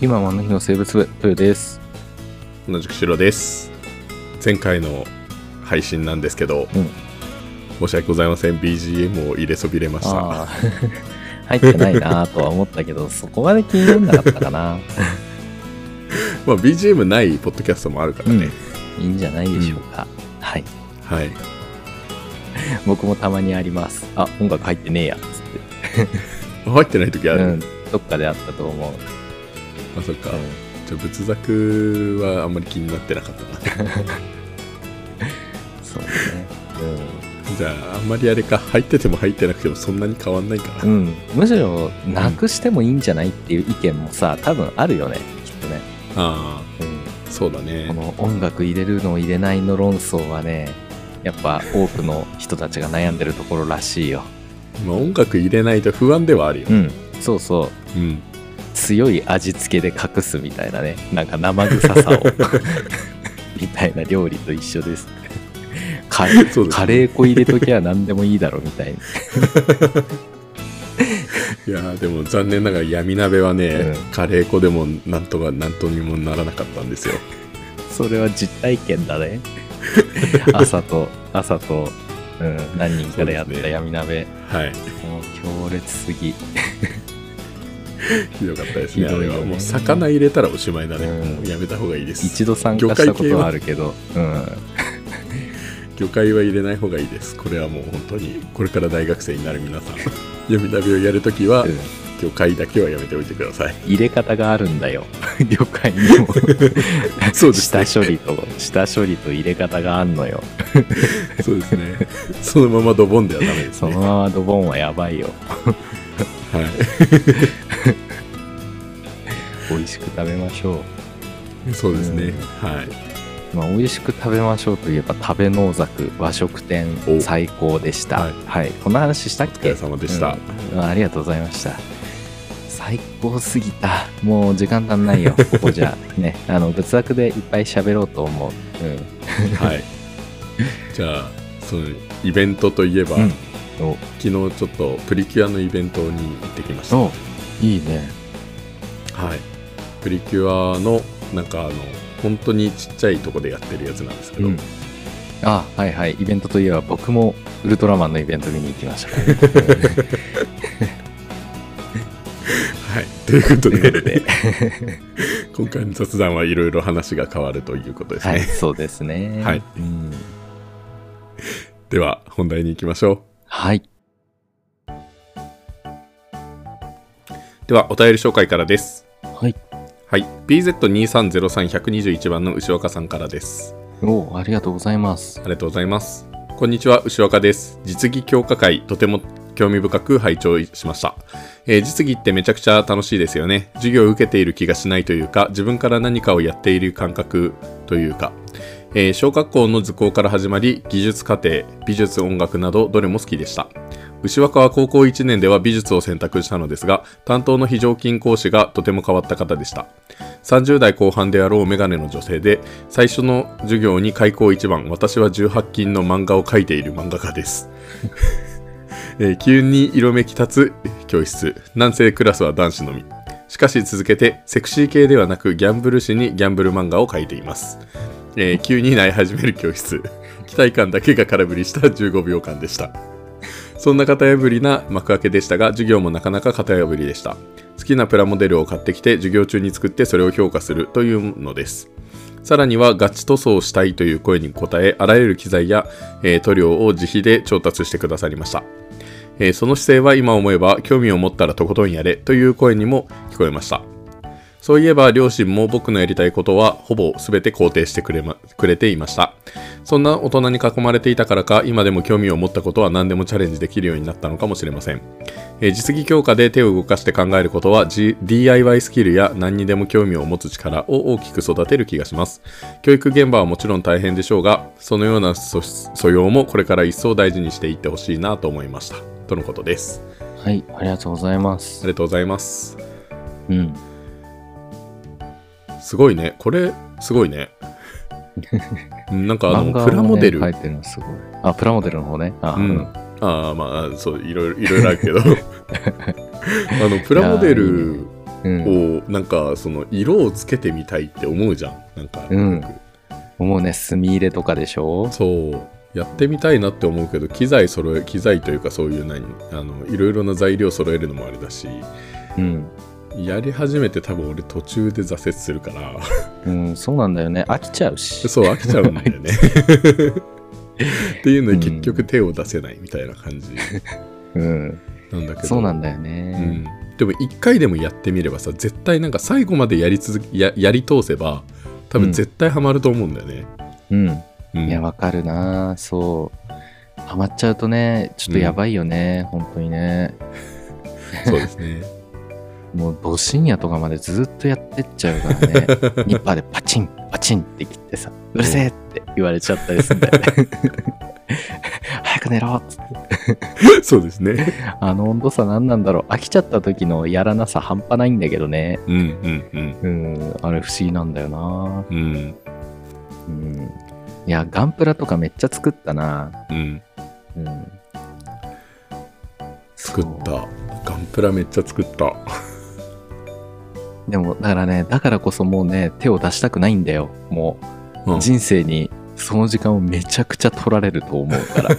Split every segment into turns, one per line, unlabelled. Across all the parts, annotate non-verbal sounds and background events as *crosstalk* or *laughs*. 今はあの日の生物部プーです。
同じく白です前回の配信なんですけど、
うん
申し訳ございません BGM を入れそびれました
ああ、 *laughs* 入ってないなとは思ったけど、そこまで気に入らなかったかな。
*laughs* まあ BGM ないポッドキャストもあるからね、
いいんじゃないでしょうか。はい。
はい
僕もたまにあります。あ、音楽入ってねえや。つっ
入ってない時
て
ある、
うん。どっかであったと思う。
あそっかじゃあ仏作はあんまり気になってなかったな *laughs*
そうですね。
じゃああんまりあれか入ってても入ってなくてもそんなに変わんないから、
うん。むしろ、なくしてもいいんじゃないっていう意見もさ、多分あるよね。きっとね。
ああそうだ
うん。こ
ね
の音楽入れるの入れないの論争はね、やっぱ多くの人たちが悩んでるところらしいよ。
まあ音楽入れないと不安ではあるよ、
うん。そうそう。
うん、
強い味付けで隠すみたいなねなんか生臭さ
*laughs*
をみたいな料理と一緒ですカレ
そ
ー
うです
カレー粉入れときゃ何でもいいだろみたい
いやーでも残念ながら闇鍋はね、
うん
カレー粉でもなんとかなんとにもならなかったんですよ
なそれは実体験だ
*laughs*
ね朝と朝と、うん、何人かでやった
そうですね
闇鍋、
はい
もう強烈すぎ、
ひどかったです
ひ
ね
どいよね
あれはもう魚入れたらおしまいだね、
うん
もうやめた方がいいです
一度参加したことはあるけど、うん、
魚介は入れない方がいいですこれはもう本当にこれから大学生になる皆さん闇鍋をやるときは、
うん
魚介だけはやめておいてください
入れ方があるんだ
*laughs*
よ魚介にも
そうですね
下処理と下処理と入れ方があんのよ
そうですねそのままドボンではダメです
そ
ね
のままドボンはやばいよ
はい
美味しく食べましょう、
そうですね、
うん
はい
まあ、美味しく食べましょうといえば食べ農作和食店
お
最高でしたは
はいい、
この話したっ
お疲
け
れ様でした、
うんありがとうございました最高すぎたもう時間足ん
*laughs*
ないよここじゃねあの仏作でいっぱい喋ろうと思う、
はいじゃあそのイベントといえば、
うんうん、
昨日ちょっとプリキュアのイベントに行ってきました
おおいいね
はい、プリキュアのなんかあの本当にちっちゃいとこでやってるやつなんですけど、
うんあはいはいイベントといえば僕もウルトラマンのイベント見に行きましたから、
*laughs*
ね、
はい、ということ
ということ
で
で
*laughs* 今回の雑談はいろいろ話が変わるということですね、
はいそうですね
はい
うん
では本題に行きましょ
はい、
うではお便り紹介からです
はい
はい BZ2303121 番の牛岡さんからです
おありがとうございます
あ。りがとうございますこんにちは牛岡です実技強化会とても興味深く拝聴しました、えー実技ってめちゃくちゃ楽しいですよね授業を受けている気がしないというか自分から何かをやっている感覚というか、えー小学校の図工から始まり技術課程美術音楽などどれも好きでした牛若は高校1年では美術を選択したのですが担当の非常勤講師がとても変わった方でした30代後半であろうメガネの女性で最初の授業に開口一番私は18禁の漫画を描いている漫画家です、 *laughs* えー急に色めき立つ教室男性クラスは男子のみしかし続けてセクシー系ではなくギャンブル誌にギャンブル漫画を描いています、えー急に泣い始める教室期待感だけが空振りした15秒間でしたそんな型破りな幕開けでしたが授業もなかなか型破りでした好きなプラモデルを買ってきて授業中に作ってそれを評価するというのですさらにはガチ塗装をしたいという声に応えあらゆる機材や、えー塗料を自費で調達してくださりました、えーその姿勢は今思えば興味を持ったらとことんやれという声にも聞こえましたそういえば両親も僕のやりたいことはほぼ全て肯定してくれ,、ま、くれていましたそんな大人に囲まれていたからか今でも興味を持ったことは何でもチャレンジできるようになったのかもしれませんえー実技強化で手を動かして考えることは、G、DIY スキルや何にでも興味を持つ力を大きく育てる気がします教育現場はもちろん大変でしょうがそのような素素養もこれから一層大事にしていってほしいなと思いましたとのことです
はい、ありがとうございま
あ
す。
りがとうございます
うん。
すごいねこれすごいねうんなんか
*laughs*
あ
漫
の、
画を
プラモデル。
ね、書いてるのすごい。あ、プラモデルの方ね。あ、
うん
うん
ああ、まあ、そう、いろいろ、いろいろあ
*laughs*
るけど。あの、プラモデル
うん。
を、なんか、その、色をつけてみたいって思うじゃん。なんか、
うん
よく
もうね、墨入れとかでしょ
そうやってみたいなって思うけど機材揃え機材というかそういう何あのいろいろな材料揃えるのもあれだし
うん。
やり始めて多分俺途中で挫折するから
*laughs* うん、そうなんだよね。飽きちゃうし。
そう飽きちゃうんだよ
*laughs*
ねっていうので結局手を出せないみたいな感じ
うん。
なんだけど
そうなんだよ
う
ね
ん。でも一回でもやってみればさ絶対なんか最後までやり続けややり通せば多分絶対ハマると思うんだよね、
うん。
うん
いや、わかるなそう。ハマっちゃうとね、ちょっとやばいよね。本当にね。
そうですね
もう、母深夜とかまでずっとやってっちゃうからね。
*laughs*
ニッパーでパチン、パチンって切ってさ、うるせえって言われちゃったりするんだよね。
*laughs*
早く寝ろっつって
*laughs* そうですね
あの温度差何なんだろう飽きちゃった時のやらなさ半端ないんだけどね
うんうんうん
うんあれ不思議なんだよな
うん
うんいやガンプラとかめっちゃ作ったな
うん
うん
作ったガンプラめっちゃ作った
でもだからねだからこそもうね手を出したくないんだよも
う
うん人生にその時間をめちゃくちゃ取られると思う
*laughs*
から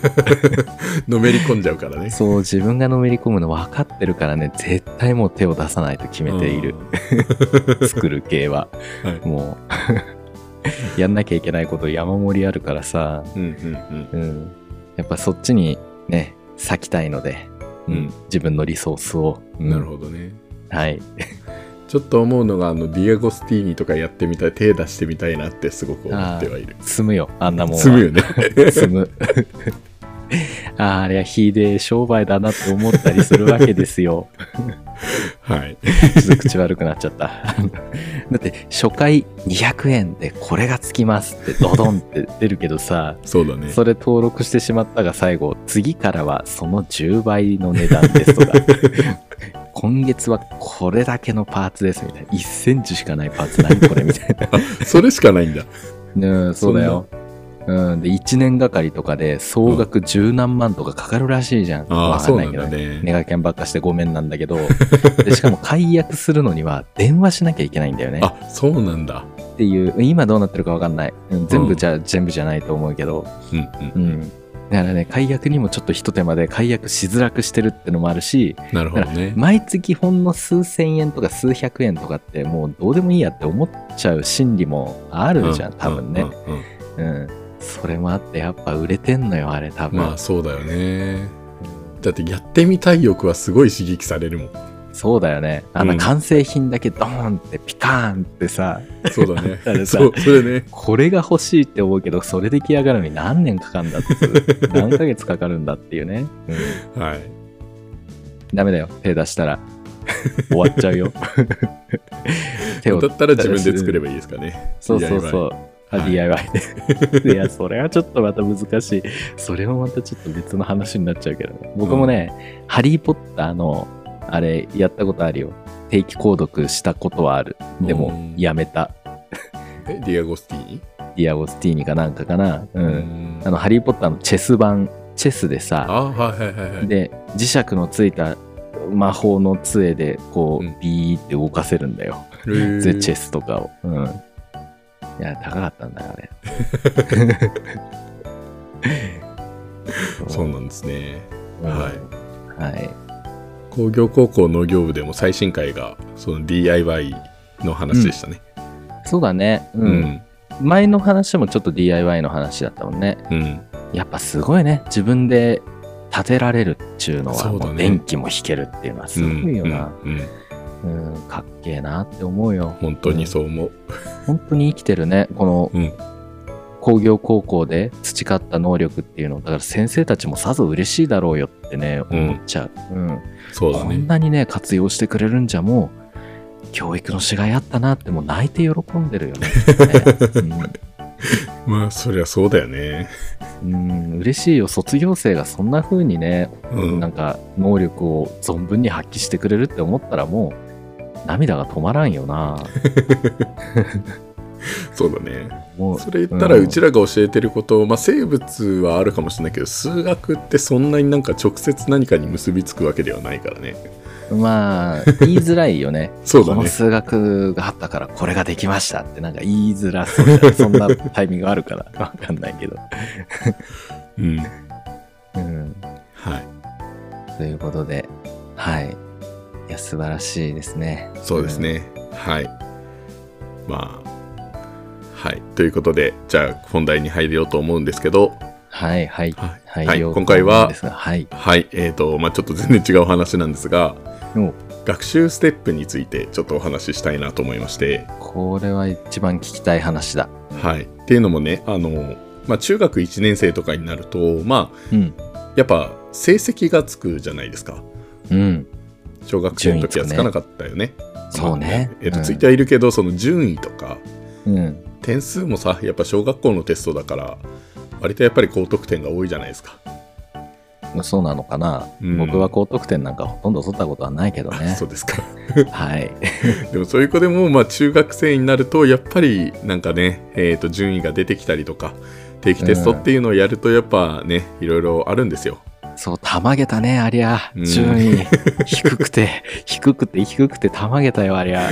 *laughs* のめり込んじゃうからね
そう自分がのめり込むの分かってるからね絶対もう手を出さないと決めている、作る系は、
*laughs* はい
もう *laughs* やんなきゃいけないこと山盛りあるからさ
うんうん
うん、やっぱそっちにね割きたいので、
うん
自分のリソースを、う
うんんなるほどね
はい
ちょっと思うのがあのディアゴスティーニとかやってみたい手出してみたいなってすごく思ってはいる
積むよあんなもんは
積むよね *laughs*
積む *laughs* あーあれはひでえ商売だなって思ったりするわけですよ
はい
ちょっと口悪くなっちゃった *laughs* だって初回200円でこれがつきますってドドンって出るけどさ
そうだね
それ登録してしまったが最後次からはその10倍の値段ですとか *laughs* 今月はこれだけのパーツですみたいな1センチしかないパーツ何これみ *laughs* たい
それしかないんだ
なうんそうだようん、で1年がかりとかで総額十何万とかかかるらしいじゃん。
ああ
わか
そ
ん
う
な
ないん
けど
だ
ね。
ね
ネガキャンばっかしてごめんなんだけどで *laughs* しかも解約するのには電話しなきゃいけないんだよね
あそうなんだ
っていう今どうなってるかわかんない、うん全部じゃ、全部じゃないと思うけど
うん
う
うん
ん。だからね、解約にもちょっと一手間で解約しづらくしてるってのもあるし、
なるほどね
毎月ほんの数千円とか数百円とかってもうどうでもいいやって思っちゃう心理もあるじゃん、多分ね。
うんうんうん
うん。それもあってやっぱ売れてんのよ、あれ多分。
まあそうだよねだってやってみたい欲はすごい刺激されるもん
そうだよね。あ
う
の
ん
完成品だけドーンってピカーンってさ、
そうだ
*laughs* だから
ね
さ
そうそれね
これが欲しいって思うけど、それ出来上がるのに何年かかるんだっていう何ヶ月かかるんだっていうね。うん。
はい
ダメだよ。手出したら。終わっちゃう
*laughs*
よ。手を
だったら自分で作ればいいですかね。
そうそうそう。あ
はい
DIY で。いや、それはちょっとまた難しい。それもまたちょっと別の話になっちゃうけど、ね、僕もね、ハリー・ポッターの、あれ、やったことあるよ。定期購読したことはある。で
う
も
ん、
やめた。
えディアゴスティーニ
ディアゴスティーニかなんかかな。う。
うんん
あの、ハリー・ポッターのチェス版、チェスでさ、
あはいはいはいはい。
で磁石のついた魔法の杖でこ
うん
うビーって動かせるんだよ、
へー
でチェスとかをうんいや高かったんだよあれ
そうなんですね。はい
はい
工業高校農業部でも最新回がその DIY の話でしたね。
そうだねうん、前の話もちょっと DIY の話だったもんね
うん。うん
やっぱすごいね自分で建てられるっちゅうのは
そうだね
もう電気も引けるっていうのはすごいよな、
うんうんうん
うんかっけえなって思うよ
本当にそう思う。
本当に生きてるねこの
うん。
工業高校で培った能力っていうのだから先生たちもさぞ嬉しいだろうよってね
うん
思っちゃう、うん
そうだ
こん
ね。
なにね活用してくれるんじゃもう教育のしがいあったなってもう泣いて喜んでるよねきっと
*laughs*
ね
まあそりゃそうだよね。
うん、うん、嬉しいよ卒業生がそんな風にね、
うん
なんか能力を存分に発揮してくれるって思ったらもう涙が止まらんよな、
そうだね。
もう
それ言ったら
うん
うちらが教えてること、まあ、生物はあるかもしれないけど数学ってそんなになんか直接何かに結びつくわけではないからね *laughs*
まあ言いづらいよね
そうだ
この
ね
数学があったからこれができましたってなんか言いづらそうじゃんそんなタイミングある
*laughs*
からわかんないけど、
うん
うん、
はい
ということではいいや素晴らしいですね
そうですね、はいまあはいということでじゃあ本題に入ろうと思うんですけど
はいはい
はい、
はい、
はい
よく
今回は
ですがはい
はいえーとまあ、ちょっと全然違う話なんですが
お
学習ステップについてちょっとお話ししたいなと思いまして
これは一番聞きたい話だ
はい、っていうのもねあの、まあ、中学1年生とかになると、ま
うん
あ、やっぱ成績がつくじゃないですか
うん
小学生の時はつかなかったよね。
そうね
まあえっと
うん
ついてはいるけど、その順位とか
うん
点数もさやっぱ小学校のテストだから割とやっぱり高得点が多いじゃないですか。
そうなのかな、
うん
僕は高得点なんかほとんど取ったことはないけどね
*laughs* そうですか
はい
でもそういう子でも、まあ、中学生になるとやっぱりなんかね、えー、と順位が出てきたりとか定期テストっていうのをやるとやっぱねいろいろあるんですよ。
そう、たまげたね、ありゃ。
うん
順位、低くて、低くて、低くて、たまげたよ、ありゃ。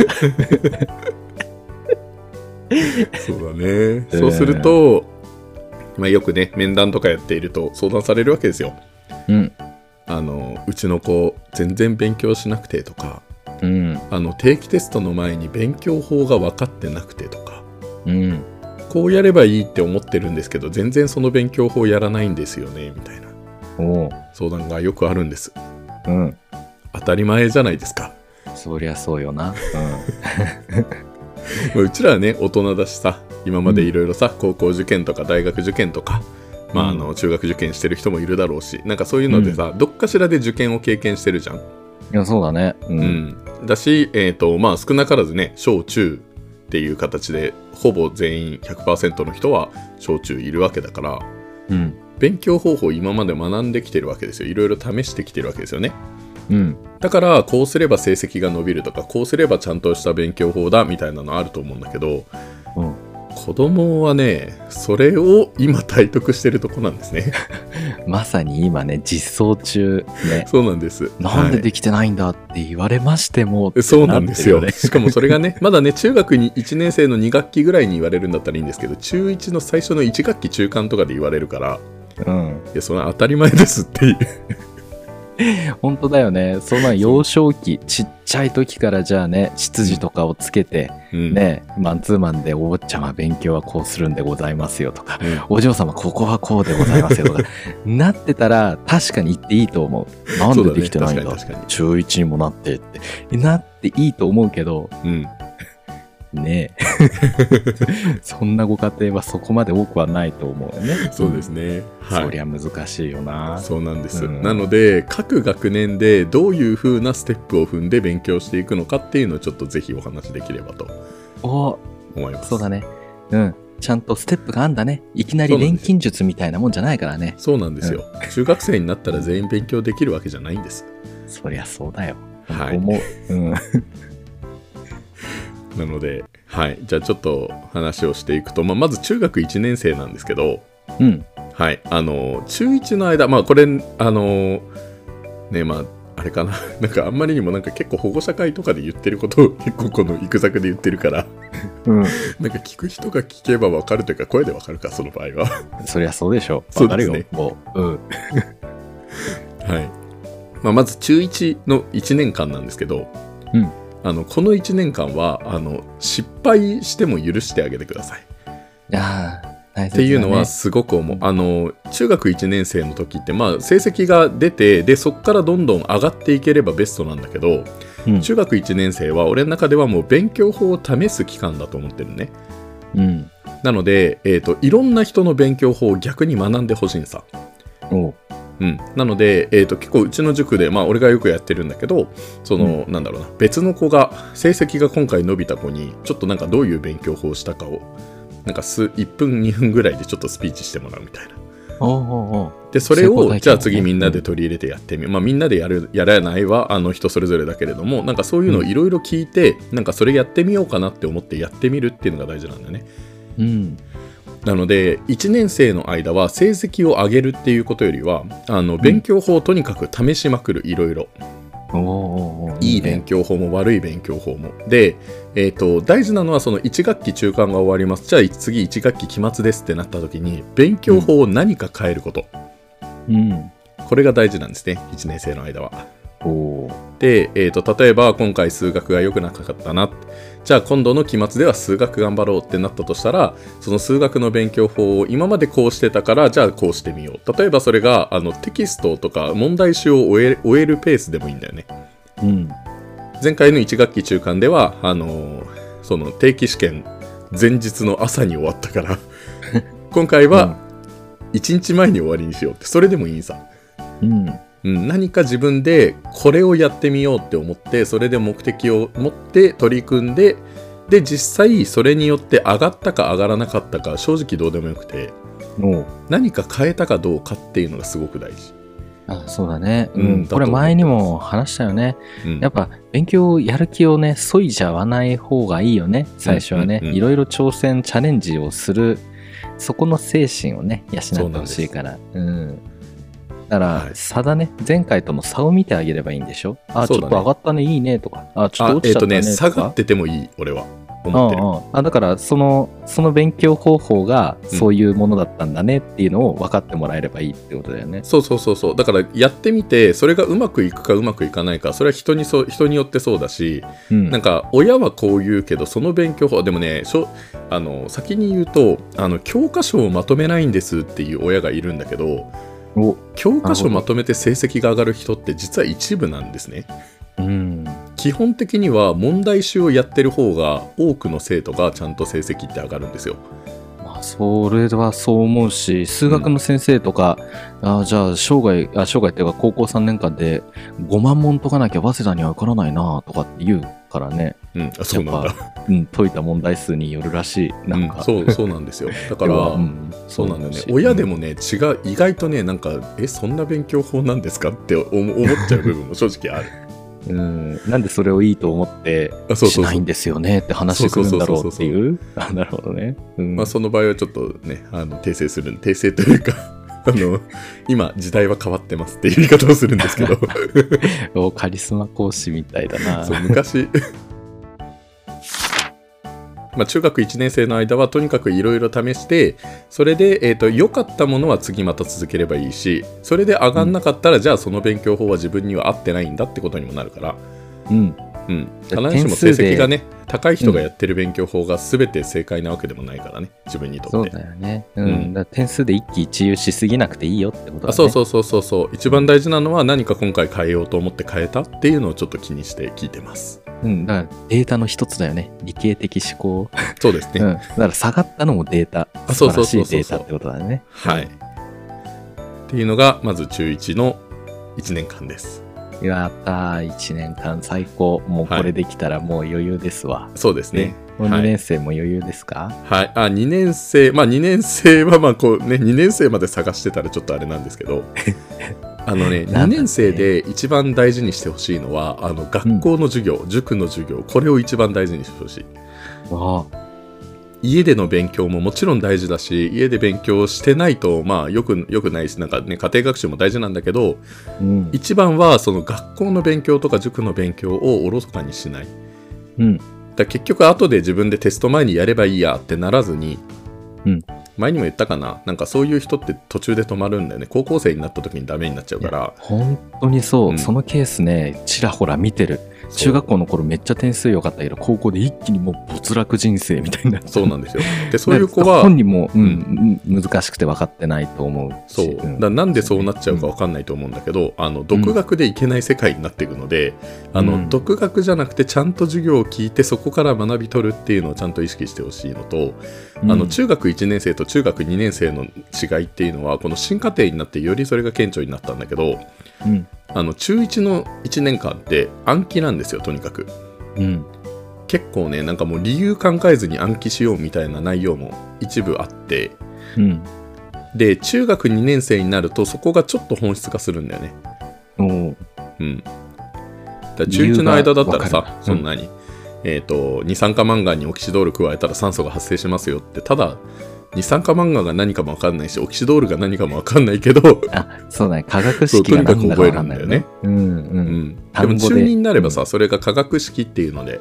そうだね。そうすると、まあ、よくね、面談とかやっていると相談されるわけですよ。
うん、
あの、うちの子、全然勉強しなくてとか、
うん、
あの、定期テストの前に勉強法が分かってなくてとか、
うん。
こうやればいいって思ってるんですけど、全然その勉強法やらないんですよね、みたいな
おう、
相談がよくあるんです。
うん。
当たり前じゃないですか。 *laughs*
そりゃそうよな。
まあうちらはね、大人だしさ、今までいろいろさ、高校受験とか大学受験とか、まあ、あの中学受験してる人もいるだろうし、なんかそういうのでさ、どっかしらで受験を経験してるじゃん。
うん。いや、そうだね。うん。
うんだし、えーとまあ、少なからずね小中っていう形でほぼ全員100%の人は小中いるわけだから
うん。
勉強方法を今まで学んできてるわけですよいろいろ試してきてるわけですよね
うん。
だからこうすれば成績が伸びるとかこうすればちゃんとした勉強法だみたいなのあると思うんだけど
うん、
子供はねそれを今 *laughs* 体得してるとこなんですね
まさに今ね、実装中、ね。
そうなんです
なんで
はい
できてないんだって言われましても、
そうなんですよ。
ってなって
しかもそれがね、ま *laughs* だね、中学に1年生の2学期ぐらいに言われるんだったらいいんですけど、中1の最初の1学期中間とかで言われるから、
るよね
いや、それは当たり前ですってい
う
う。
ん。本当だよね。そんな幼少期、ちっちゃい時からじゃあね、執事とかをつけて、
うん、
ね、マンツーマンでお坊ちゃま勉強はこうするんでございますよとか、
うん
お嬢様ここはこうでございます
*laughs*
よとか、なってたら確かに言っていいと思う。なんでできてないんだ
そうだね確かに確かに
中1にもなってって。なっていいと思うけど、
うん
ね
*laughs*
えそんなご家庭はそこまで多くはないと思うよね。
そうですね。は
そり
い。
ゃ難しいよな。
そうなんです、
うん
なので各学年でどういう風なステップを踏んで勉強していくのかっていうのをちょっとぜひお話しできればと
お
思います
そうだね。うん。ちゃんとステップがあんだね。いきなり
そうなん
錬
ですよ
金術みたいなもんじゃないからね。
そうなんですよ、中学生になったら全員勉強できるわけじゃないんです
そりゃそうだよ。
はい
思う。うん。
なので、はい、じゃあちょっと話をしていくと、まあ、まず中学1年生なんですけど、
うん。
はい、あの中1の間、まあ、これ、あのね、まあ、あれかな、 *laughs* なんかあんまりにもなんか結構保護者会とかで言ってることを *laughs* 結構この育作で言ってるから、 *laughs*
うん。
なんか聞く人が聞けばわかるというか、声でわかるか、その場合は。 *laughs*
そりゃそうでしょ。
そうですね
わかるよ。もう。うん。
はいまあ、まず中1の1年間なんですけど、
うん
あのこの1年間はあの失敗しても許してあげてください。
ああ、大切だね
っていうのはすごく思う、あの中学1年生の時って、まあ、成績が出てでそこからどんどん上がっていければベストなんだけど
うん。
中学1年生は俺の中ではもう勉強法を試す期間だと思ってるね
うん。
なので、えー、といろんな人の勉強法を逆に学んでほしいんさ、
おう
うん、なので、えー、と結構うちの塾で、まあ、俺がよくやってるんだけどその、なんだろうな別の子が成績が今回伸びた子にちょっとなんかどういう勉強法をしたかをなんか数1分2分ぐらいでちょっとスピーチしてもらうみたいな
おうおうおう
でそれ
成功体験
を
ね
じゃあ次みんなで取り入れてやってみよう、まあ、みんなでやるやらないはあの人それぞれだけれどもなんかそういうのをいろいろ聞いて、なんかそれやってみようかなって思ってやってみるっていうのが大事なんだよね
うん。
なので1年生の間は成績を上げるっていうことよりはあの勉強法をとにかく試しまくるいろいろ
おーおーおー
いい勉強法も悪い勉強法もで、えー、と大事なのはその1学期中間が終わりますじゃあ次1学期期末ですってなった時に勉強法を何か変えること、
うん。
これが大事なんですね1年生の間は。
おー
で、えー、と例えば今回数学が良くなかったなじゃあ今度の期末では数学頑張ろうってなったとしたらその数学の勉強法を今までこうしてたからじゃあこうしてみよう例えばそれがあのテキストとか問題集を終え終えるペースでもいいんだよね
うん。
前回の1学期中間ではあのーその定期試験前日の朝に終わったから今回は1日前に終わりにしようってそれでもいいさ
うん。
うん、何か自分でこれをやってみようって思ってそれで目的を持って取り組んでで実際それによって上がったか上がらなかったか正直どうでもよくて
おー
何か変えたかどうかっていうのがすごく大事、
あそうだね、うん
うん
これ
だと思います
前にも話したよね、
うん、
やっぱ勉強をやる気をね削いじゃわない方がいいよね最初はね、
うんうんうん
いろいろ挑戦チャレンジをするそこの精神をね養ってほしいからうんだから、
はい
差だね前回との差を見てあげればいいんでしょあ、ち
そ
ょ
う
っ
だ
と
ね
上がったねいいねとかあちょっ
あ
と
え
落ち
っ、
ちゃった
と
ね
ね
とか、
下がっててもいい俺は
う
思ってる、
んうん、あだからそのその勉強方法がそういうものだったんだねっていうのを分かってもらえればいいってことだよね、
そうそうそうそうだからやってみてそれがうまくいくかうまくいかないかそれは人にそう人によってそうだし
うん、
なんか親はこう言うけどその勉強法でもねしょあの先に言うとあの教科書をまとめないんですっていう親がいるんだけど
お
教科書まとめて成績が上がる人って実は一部なんですね
うん
基本的には問題集をやってる方が多くの生徒がちゃんと成績って上がるんですよ
まあ、それはそう思うし数学の先生とか、あじゃあ生涯あ生涯っていうか高校3年間で5万問解かなきゃ早稲田には受からないなとかって言うからね、
うんあそうな
や
んだ
っうん、解いた問題数によるらしいなん
うん
か、
そうそうなんですよだから、
ん
そうなんだよね
し
親でもね違う意外とねなんかえそんな勉強法なんですかって思思っちゃう部分も正直ある
うん、なんでそれをいいと思って
あそう
し
そう
な
そ
い
うん
ですよねって話してくるんだろうって
そう
いうあなるほどね、うん
まあ、その場合はちょっとねあの訂正するん訂正というか *laughs* あの今時代は変わってますっていう言い方をするんです
*laughs*
けど
おカリスマ講師みたいだな
そう昔まあ中学1年生の間はとにかくいろいろ試してそれでえーと良かったものは次また続ければいいしそれで上がんなかったら、じゃあその勉強法は自分には合ってないんだってことにもなるから、
うん
うん、
じゃ
必
あ
ずしも
点
成
数で
績がね高い人がやってる勉強法が全て正解なわけでもないからね自分にと
そ
っ
う
て。
だよね、うん
うん
だから点数で一喜一憂しすぎなくていいよってことだ、ね、
あそうそうそうそうそう一番大事なのは何か今回変えようと思って変えたっていうのをちょっと気にして聞いてます
うん、だからデータの一つだよね。理系的思考。
そうですね、
うん。だから下がったのもデータ。
あそ
素
う
晴ら
そうそ
し
う
い
そう
データってことだね。
はいっていうのがまず中1の1年間です
やったー、1年間最高。もうこ
はい
れできたらもう余裕ですわ。
そうですね
ねもう
はい
2年生も余裕ですか、
はいあ2年生まあ2年生はまあこうね2年生まで探してたらちょっとあれなんですけ
*laughs*
どあのね
なんだっ
2
て
年生で一番大事にしてほしいのはあの学校の授業、塾の授業これを一番大事にしてほしい
ああ、
家での勉強ももちろん大事だし家で勉強してないとまあよくよくないしなんかね家庭学習も大事なんだけど
うん。
一番はその学校の勉強とか塾の勉強をおろそかにしないだか
うん。
ら結局後で自分でテスト前にやればいいやってならずに、
うん
前にも言ったかななんかそういう人って途中で止まるんだよね高校生になった時にダメになっちゃうから
本当にそう、
うん
そのケースね、ちらほら見てる。中学
校
校の頃めっちゃ点数良かったけど、高校で一気にもう没落人生みたい *laughs* になって
そうなんですよでそういう子は
本人も、うん、うん難しくて分かってないと思うし。
そうだからなんでそうなっちゃうかわかんないと思うんだけど、あの独学でいけない世界になっていくので、あ
う
の
ん
独学じゃなくてちゃんと授業を聞いてそこから学び取るっていうのをちゃんと意識してほしいのと、
うん
あの中学1年生と中学2年生の違いっていうのはこの新課程になってよりそれが顕著になったんだけど
うん。
あの中1の1年間って暗記なんですよとにかく。
うん。
結構ねなんかもう理由考えずに暗記しようみたいな内容も一部あって
うん。
で中学2年生になるとそこがちょっと本質化するんだよね。
おう
うん。だから中1の間だったら
理由がわかる
さ
う、ん
そんなに、えっ、と、二酸化マンガンにオキシドール加えたら酸素が発生しますよって、ただ、二酸化マンガンが何かもわかんないし、オキシドールが何かもわかんないけど、
あ、そうだね。化学式がなんだかわかんないよね。うんう。
うんん。で
単語
も
で
中2になればさ、それが化学式っていうので、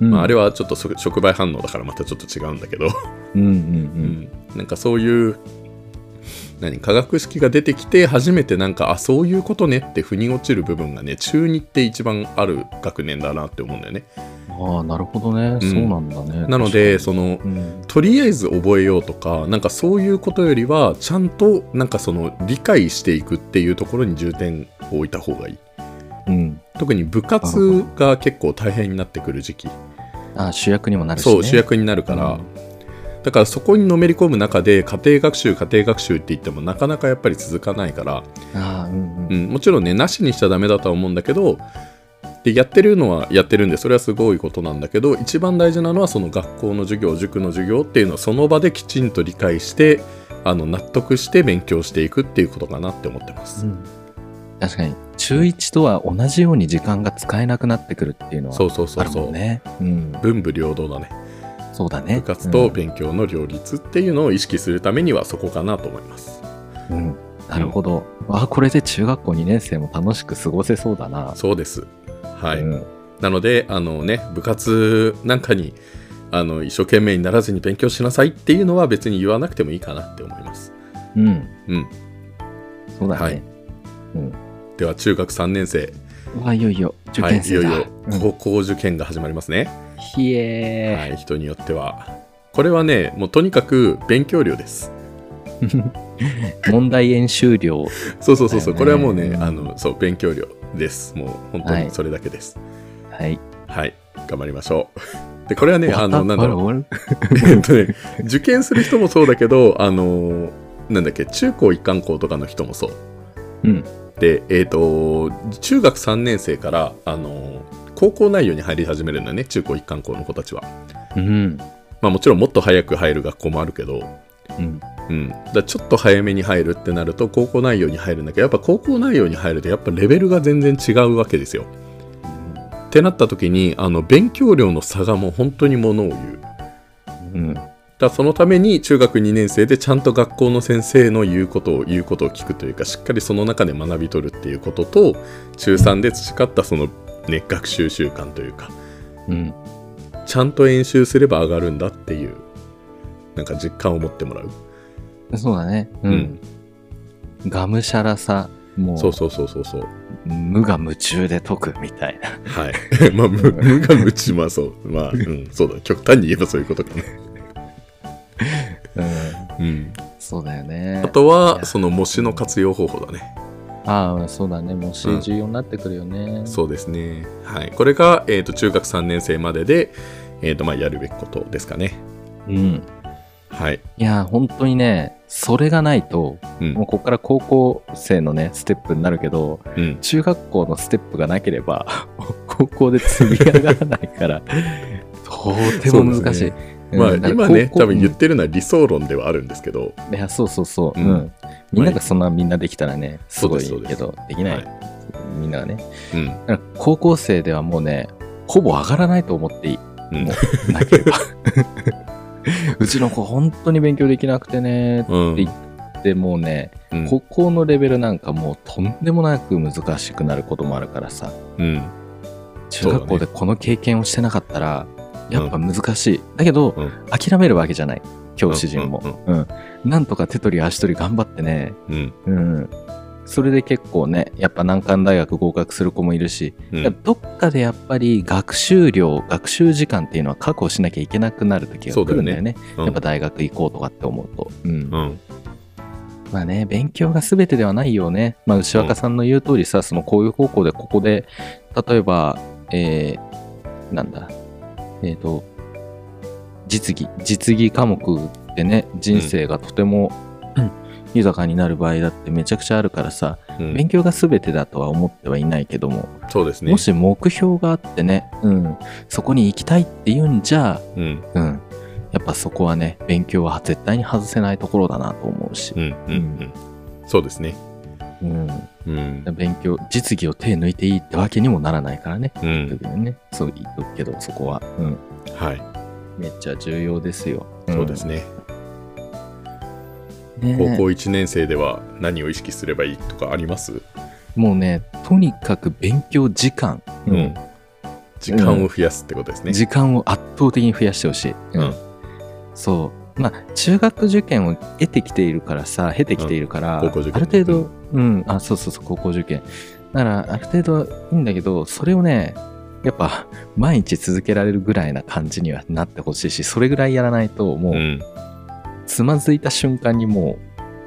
うん、
まあ、あれ
は。
はちょっとそ触媒反応だからまたちょっと違うんだけど、
うんうんう。
うんん、なんかそういう何化学式が出てきて初めてなんかあそういうことねって腑に落ちる部分がね中2って一番ある学年だなって思うんだよね
ああ、なるほどね。そうなんだね。
なのでその
確かに、うん、
とりあえず覚えようとかなんかそういうことよりはちゃんとなんかその理解していくっていうところに重点を置いた方がいい
うん。
特に部活が結構大変になってくる時期
あ主役にもなるし、ね。
そう主役になるから、
うん
だからそこにのめり込む中で家庭学習家庭学習って言ってもなかなかやっぱり続かないから、
ああ、うんうん。
うん、もちろんねなしにしちゃダメだとは思うんだけどでやってるのはやってるんでそれはすごいことなんだけど一番大事なのはその学校の授業塾の授業っていうのをその場できちんと理解してあの納得して勉強していくっていうことかなって思ってます、
うん確かに、中1とは同じように時間が使えなくなってくるっていうのは、
そうそうそ
あ
う
る
そ
も
うん
ね。うん。
文武両道だね
そうだね。
部活と勉強の両立っていうのを意識するためにはそこかなと思います、
うん、うんなるほど。ああ、これで中学校2年生も楽しく過ごせそうだな。
そうですはい、
うん
なのであの、ね、部活なんかにあの一生懸命にならずに勉強しなさいっていうのは別に言わなくてもいいかなって思います。
うん。
うん、
そうだね。
はい
うん。
では中学3年生
うわ、いよいよ、受験生だ。
はい、いよ
う
いよ
ん
高校受験が始まりますね、
ひえ
はい、人によってはこれはねもうとにかく勉強量です *laughs*
ー。問題演習量。
そうそうそうそう、
だ
これ
よ
は
ね
もうねあのそう勉強量ですもう本当にそれだけです
はい。
はい、頑張りましょうで *laughs* これはねあの
終わった
なんだろう
終わる
*laughs* えっとね、受験する人もそうだけど、あのーなんだっけ、中高一貫校とかの人もそう。
終わる
で、えっ、と、中学3年生から、あのー高校内容に入り始めるんだよね、中高一貫校の子たちは。
うん。うん。
まあもちろんもっと早く入る学校もあるけど、
うん。
うん。だからちょっと早めに入るってなると、高校内容に入るんだけど、やっぱ高校内容に入ると、やっぱレベルが全然違うわけですよ。ってなった時に、あの、勉強量の差がもう本当にものを言う。
うん。
だからそのために中学2年生でちゃんと学校の先生の言うことを言うことを聞くというかしっかりその中で学び取るっていうことと中3で培ったその、ね、学習習慣というか
うん。
ちゃんと演習すれば上がるんだっていうなんか実感を持ってもらう、
そうだね。う。
うん
がむしゃらさ、もう、
そうそうそうそうそう
無我夢中で解くみたいな。
はい *laughs* まあ無無我夢中まあそうまあ、うん、そうだ極端に言えばそういうことかね、
うん。
うん、
そうだよね
あ。とはその模試の活用方法だね
ああ、そうだね。もし
うん
重要になってくるよね。
そうですね。はい。これが、えー、と中学3年生までで、えーとまあ、やるべきことですかね。
うん。
はい。
いや、本当にね、それがないと、
うん
もうここから高校生のね、ステップになるけど、
うん、
中学校のステップがなければ、 *laughs* 高校で積み上がらないから、とても難しい。うん
まあ、
だから
今ね、
高校
多分言ってるのは理想論ではあるんですけど、
いや、そうそうそう。
う
うんん。みんながそんなみんなできたらね、すごい
そうで
け
すそ
ど、できない、
はい
みんながね。
うん。
だから高校生ではもうね、ほぼ上がらないと思っていい。
うん
もう、なければ。 *laughs* うちの子、本当に勉強できなくてね。
うん
ででもうね、
うん
高校のレベルなんかもうとんでもなく難しくなることもあるからさ。
うん
中学校でこの経験をしてなかったら、やっぱ難しい。だけど、
うん
諦めるわけじゃない。教師陣も。
う
うんなんとか手取り足取り頑張ってね。
うん
うん。それで結構ね、やっぱ難関大学合格する子もいるし、
うん
だからどっかでやっぱり学習量、学習時間っていうのは確保しなきゃいけなくなる時が来るんだよね。
うん
やっぱ大学行こうとかって思うと。うん
うん
まあね、勉強が全てではないよね。まあ、牛若さんの言う通りさ、そのこういう方向でここで、例えば、えー、なんだ、えっ、と、実技、実技科目でね、人生がとても、豊かになる場合だってめちゃくちゃあるからさ、
うん
勉強が全てだとは思ってはいないけども、
そうですね
も。し目標があってね、うん、そこに行きたいっていうんじゃ、
うん
うん、やっぱそこはね、勉強は絶対に外せないところだなと思うし
う、んうんうんそうですね。
うん、
うん
勉強実技を手抜いていいってわけにもならないからね、
う
だ
ん
けどねそう言っとくけどそこは、うん、
はい
めっちゃ重要ですよ、
そうです
ね
ね。
ね
高校1年生では何を意識すればいいとかあります、
もうね、とにかく勉強時間。
うん時間を増やすってことですね。
時間を圧倒的に増やしてほしい。
うん
そう。まあ、中学受験を得てきているからさ、経てきているから、
うん高校受験
ある程度、うん、あ、そうそうそう、高校受験。だから、ある程度いいんだけど、それをね、やっぱ、毎日続けられるぐらいな感じにはなってほしいし、それぐらいやらないと、も
う
う、
ん、
つまずいた瞬間にも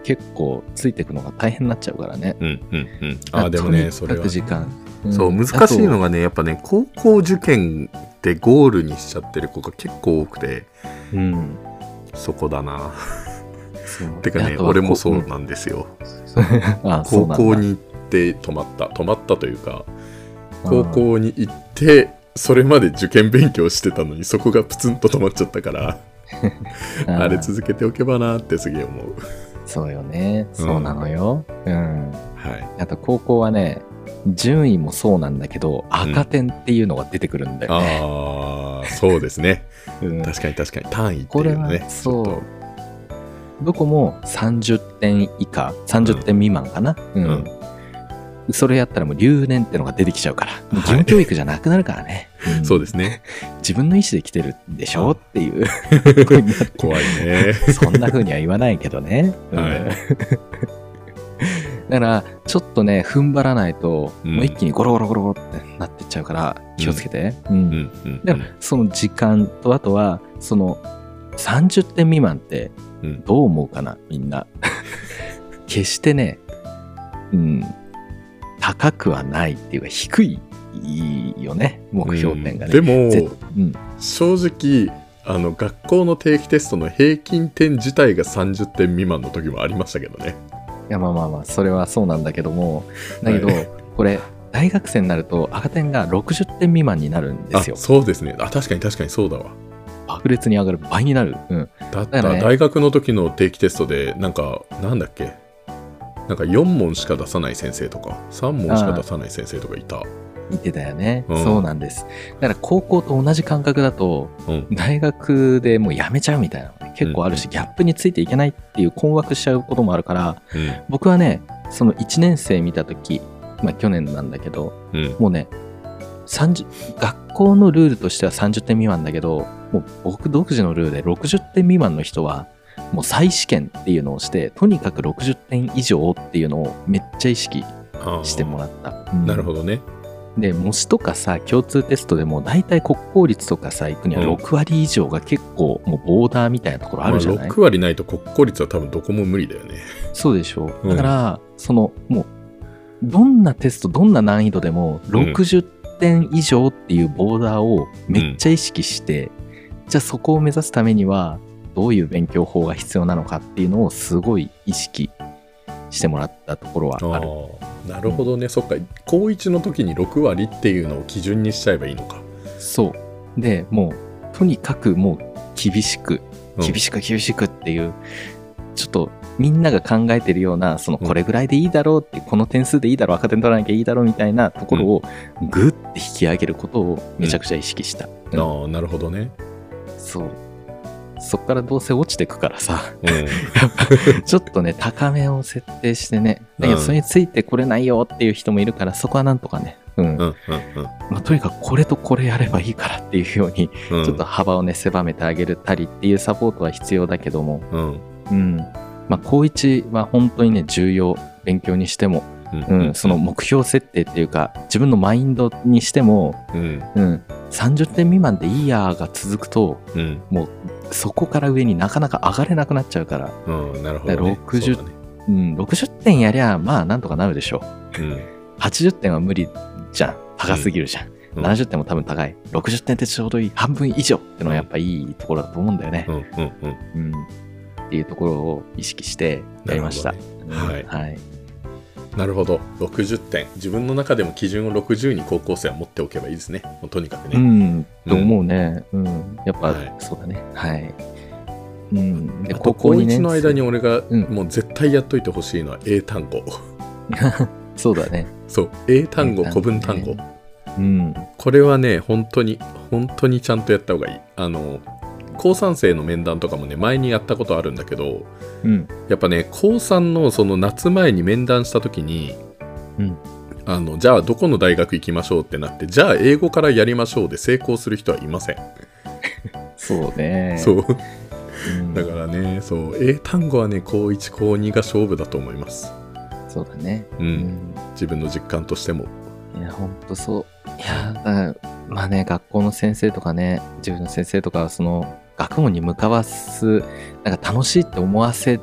う、結構、ついていくのが大変になっちゃうからね。
うん、うん、うん。ああ、でもね、そ
とに
れは
かく。時間。ん
そう、難しいのがね、やっぱね、高校受験でゴールにしちゃってる子が結構多くて、
あとうん。
そこだな。 *laughs*
そう
てか
あ
ね、
とは
俺もそ
こ
うなんですよ。
うんあそうな
高
んだ
校に行って止まった。止まったというか、高校に行って、それまで受験勉強してたのに、そこがプツンと止まっちゃったから、
うん
あれ続けておけばなってすげえ思う。
そうよね。そうなのよ。うん。
はい。
あと高校はね、順位もそうなんだけど、赤点っていうのが出てくるんだよね。
ああ、そうですね。
うん
確かに確かに。単位って
こ
い
れ
うの
は、
ね。
そう。どこも30点以下、30点未満かな。うん。
うん
それやったらもう留年ってのが出てきちゃうから、
い
義務教育じゃなくなるから
*laughs*
ね。ん
そうですね。
自分の意思で来てるんでしょって
*laughs*
いう。こういう
怖い
*laughs*
ね。
そんな風には言わないけどね。うん
はい
*laughs* だから、ちょっとね、踏ん張らないと、
うん
もう一気にゴロゴロゴロゴロってなってっちゃうから、気をつけて。う。
うんんうん
でも、その時間と、あとは、その、30点未満って
うん、
どう思うかな、みん
*laughs*
な。決してね、うん、高くはないっていうか、低いよね、目標点がね。
うん
ぜ
でも、
うん、
正直、あの学校の定期テストの平均点自体が30点未満の時もありましたけどね。
いやまあまあまあそれはそうなんだけどもだけど、
は
これ大学生になると赤点が60点未満になるんで
あ
すよ
そうですね。あ確かに確かにそうだわ。
爆裂に上がる倍になる、うん、
だ
だ
った
よ
ら
ね
大学の時の定期テストで、なんか、なんだっけ、なんか4問しか出さない先生とか、3問しか出さない先生とかいた。
言ってたよね、
うん
そうなんですだから高校と同じ感覚だと
うん
大学でもうやめちゃうみたいなのがね結構あるし、ギャップについていけないっていう困惑しちゃうこともあるから
うん
僕はねその1年生見た時まあ去年なんだけど
うん
もうね30学校のルールとしては30点未満だけどもう僕独自のルールで60点未満の人はもう再試験っていうのをしてとにかく60点以上っていうのをめっちゃ意識
あー
してもらった、うん
なるほどね。
で模試とかさ共通テストでも大体国公立とかさ行くには
うん
6割以上が結構もうボーダーみたいなところあるじゃない、
まあ、6割ないと国公立は多分どこも無理だよね。
そうでしょ
うん
だから、そのもうどんなテストどんな難易度でも
うん
60点以上っていうボーダーをめっちゃ意識して、じゃあそこを目指すためにはどういう勉強法が必要なのかっていうのをすごい意識してもらったところはある
あーなるほどね、そっか高1の時に6割っていうのを基準にしちゃえばいいのか、
そうでもうとにかくもう厳しく
うん
厳しく厳しくっていう、ちょっとみんなが考えてるようなその
うん
これぐらいでいいだろうって、この点数でいいだろう赤点取らなきゃいいだろうみたいなところをグッて引き上げることをめちゃくちゃ意識した、
あーなるほどね、
そうそっからどうせ落ちてくからさ *laughs*
う
ちょっとね高めを設定してねだけど
うん
それについてこれないよっていう人もいるからそこはなんとかねうん
ん、うんうん
まあ、とにかくこれとこれやればいいからっていうように、
うんうん
ちょっと幅をね狭めてあげるたりっていうサポートは必要だけども、
うん
うん。まあ、高一は本当にね、重要。勉強にしても、
うん
うん、その目標設定っていうか、自分のマインドにしても、
うん
うん、30点未満でいいやーが続くと、
うん
そこから上になかなか上がれなくなっちゃうから、
うんなるほど、ね、
60
そうだね
うん、60点やりゃ、まあ、なんとかなるでしょう。80点は無理じゃん。高すぎるじゃん。
うんうん
70点も多分高い。60点ってちょうどいい。半分以上ってのはやっぱいいところだと思うんだよね
う。んうんうん
うん。っていうところを意識してやりました。
なるほどねはい
はい。
うんなるほど60点自分の中でも基準を60に高校生は持っておけばいいですねもうとにかく
う
ね、
ん、と思うね。うん。やっぱ、
はい
そうだね。はい。うん。で、
あと
高
高
校にね
1の間に俺が
うん
もう絶対やっといてほしいのは英単語 *laughs*
そうだね。
そう英単
英単語
語
ね
古文単語
うん。
これはね本当に本当にちゃんとやった方がいいあの高3生の面談とかもね、前にやったことあるんだけど、
うん。
やっぱね、高3のその夏前に面談した時に、
うん
あの、じゃあどこの大学行きましょうってなって、じゃあ英語からやりましょうで成功する人はいません。
そうね。
そうう。
ん。
だからね、そう、英単語はね、高1、高2が勝負だと思います。
そうだね。う
う。
んん。
自分の実感としても。
いや、ほんとそう。いや、だからまあね、学校の先生とかね、自分の先生とかは、その、学問に向かわす、なんか楽しいって思わせ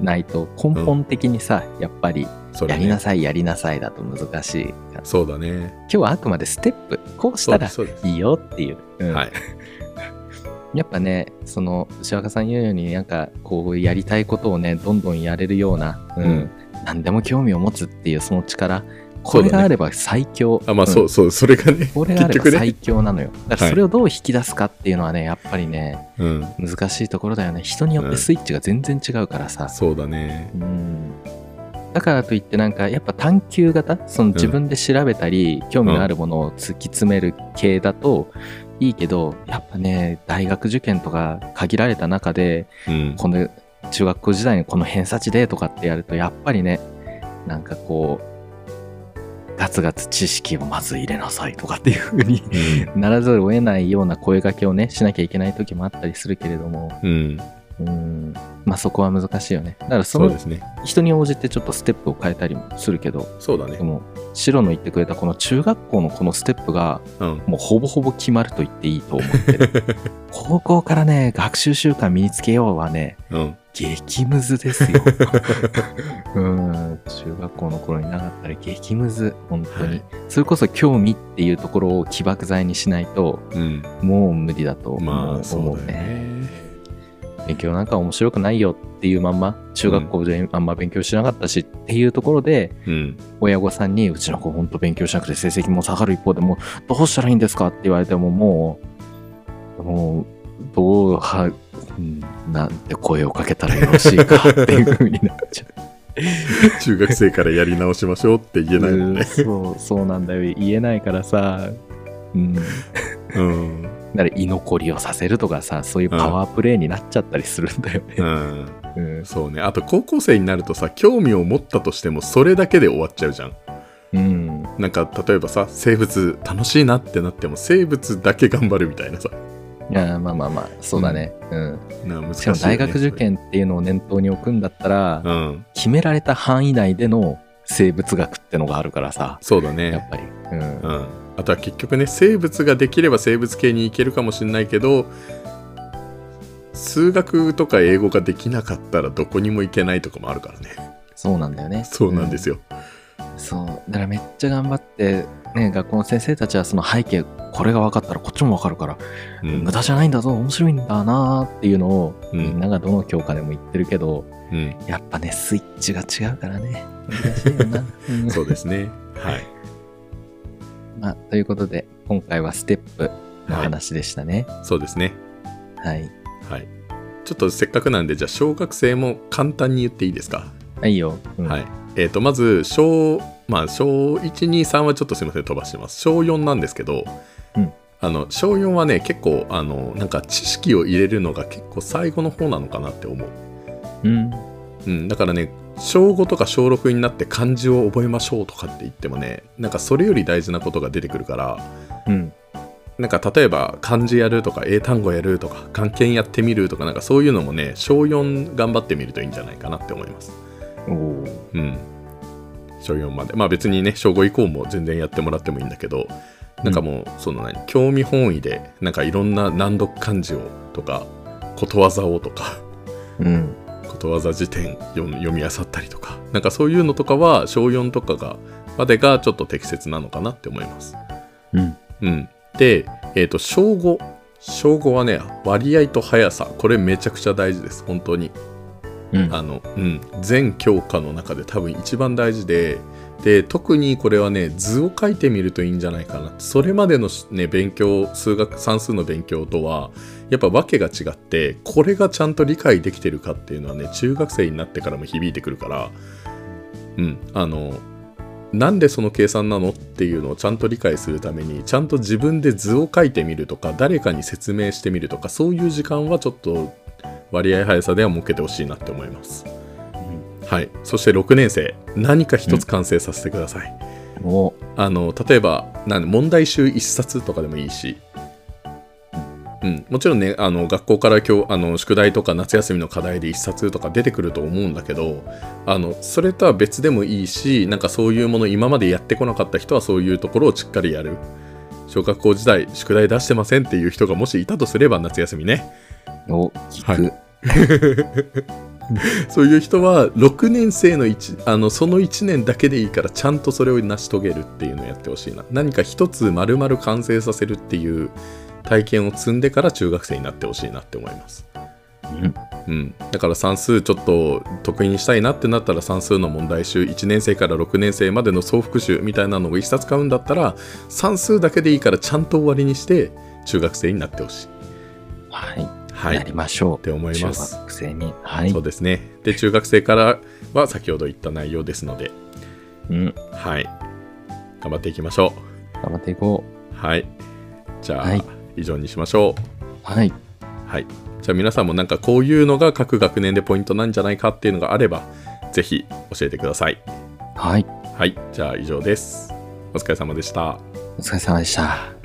ないと、根本的にさ、やっぱり、
そ
や
れ
り
ね
な。さい、やりなさいだと難しいから。
そうだね。
今日はあくまでステップ。こうし
そう
た
で
ら
す、そうです。
いいよっていう。うん
はい。
*laughs* やっぱね、その、牛若さん言うように、なんか、こう、やりたいことをね、どんどんやれるような、うん、
うん
何でも興味を持つっていう、その力、
そ
こ
うだね
れがあれば最強。
あ、まあ、
ん
そうそう、それがね、
これがあれ
結
ば
局ね。
最強なのよ。だから、それをどう引き出すかっていうのはね、やっぱりね、
うん。
難しいところだよね。人によっ
うん
てスイッチが全然違うからさ。
そうだね。
うんだからといってなんかやっぱ探求型その自分で調べたり、興味のあるものを突き詰める系だといいけどやっぱね大学受験とか限られた中で
うん。
この中学校時代にこの偏差値でとかってやるとやっぱりねなんかこうガツガツ知識をまず入れなさいとかっていう風にならざるを得ないような声掛けをねしなきゃいけない時もあったりするけれども
うん。うん。
うんまあそこは難しいよねだからそ
そ
の
うですね。
人に応じてちょっとステップを変えたりもするけど
そうだね
で。も白の言ってくれたこの中学校のこのステップが
うん。
もうほぼほぼ決まると言っていいと思って
*laughs*
る高校からね学習習慣身につけようはね
うん。
激ムズです
*laughs*
ようん中学校の頃になかったら激ムズ本当に、
はい
それこそ興味っていうところを起爆剤にしないと
うん。
もう無理だと思う,、
まあ、そうだよ
ね
ね。
勉強なんか面白くないよっていうまんま中学校であんま勉強しなかったしっていうところで、
うん。
親御さんにうちの子ほんと勉強しなくて成績も下がる一方でもうどうしたらいいんですかって言われてももうもうどうはうんなんて声をかけたらよろしいかっていう風になっちゃう
中学生からやり直しましょうって言えないもん
うん *laughs*
ね。
そうそうなんだよ言えないからさうん、だ
うん。
から居残りをさせるとかさそういうパワープレイになっちゃったりするんだよ
う
ね、
ん。
うん
そうね。あと、高校生になるとさ、興味を持ったとしても、それだけで終わっちゃうじゃん。
うん、
なんか、例えばさ、生物楽しいなってなっても、生物だけ頑張るみたいなさ。
いやまあまあまあそうだね、うん
な難し
し
い
かも
よね。
大学受験っていうのを念頭に置くんだったら、
それ。うん。
決められた範囲内での生物学ってのがあるからさ、
そうだ
や
ね
っ。ぱり。うん
う。ん、あとは結局ね生物ができれば生物系に行けるかもしれないけど数学とか英語ができなかったらどこにも行けないとかもあるからね
そうなんだよね。
そうなんですよ、
うん。そう。だからめっちゃ頑張って、ね、学校の先生たちはその背景、これが分かったらこっちも分かるから、
うん
無駄じゃないんだぞ、面白いんだなーっていうのを、
うん
みんながどの教科でも言ってるけど、
うん
やっぱね、スイッチが違うからね。難しいよな。うん
*laughs* そうですねはい
まあ、ということで、今回はステップの話でしたね。
そうですね
はい。
はいちょっとせっかくなんでじゃあ小学生も簡単に言っていいですか、
はいいよ。うん
はいえー、とまず小まあ小123はちょっとすいません飛ばしてます小4なんですけど、
うん
あの小4はね結構あのなんか知識を入れるのが結構最後の方なのかなって思う
うん。
うん、だからね小5とか小6になって漢字を覚えましょうとかって言ってもねなんかそれより大事なことが出てくるから
うん。
なんか例えば漢字やるとか英単語やるとか漢検やってみるとかなんかそういうのもね小4頑張ってみるといいんじゃないかなって思います
おおー。
うん小4までまあ別にね小5以降も全然やってもらってもいいんだけどなんかもうその何興味本位でなんかいろんな難読漢字をとかことわざをとか
うん。
ことわざ辞典読み読み漁ったりとかなんかそういうのとかは小4とかがまでがちょっと適切なのかなって思います。
うん。
うん、で、えー、と小5小5はね割合と速さこれめちゃくちゃ大事です本当に
うん。
あの、うん、全教科の中で多分一番大事でで特にこれはね図を書いてみるといいんじゃないかなそれまでの、ね、勉強数学算数の勉強とはやっぱ訳が違ってこれがちゃんと理解できてるかっていうのはね中学生になってからも響いてくるからうんあのなんでその計算なのっていうのをちゃんと理解するためにちゃんと自分で図を書いてみるとか誰かに説明してみるとかそういう時間はちょっと割合速さでは設けてほしいなって思います、はい、そして6年生何か一つ完成させてください、
も
あの例えばなん問題集1冊とかでもいいし、うん、もちろんねあの学校から今日あの宿題とか夏休みの課題で1冊とか出てくると思うんだけどあのそれとは別でもいいしなんかそういうもの今までやってこなかった人はそういうところをしっかりやる小学校時代宿題出してませんっていう人がもしいたとすれば夏休みね
う、を聞く。
そういう人は6年生の一あのその1年だけでいいからちゃんとそれを成し遂げるっていうのをやってほしいな何か一つ丸々完成させるっていう体験を積んでから中学生になってほしいなって思います、
うん
うん、だから算数ちょっと得意にしたいなってなったら算数の問題集1年生から6年生までの総復習みたいなのを1冊買うんだったら算数だけでいいからちゃんと終わりにして中学生になってほしい
はい。
は
ないりましょ
っ
う。
て思い
中
ます
学生に。はい。
そうですね。で、中学生からは先ほど言った内容ですので、
うん。
はい。頑張っていきましょ
頑張っていこう。
う。はい。じゃあ、
はい
以上にしましょ
はい。
う。はい。じゃあ、皆さんもなんかこういうのが各学年でポイントなんじゃないかっていうのがあれば、ぜひ教えてください。
はい。
はい。じゃあ、以上です。お疲れ様でした。
お疲れ様でした。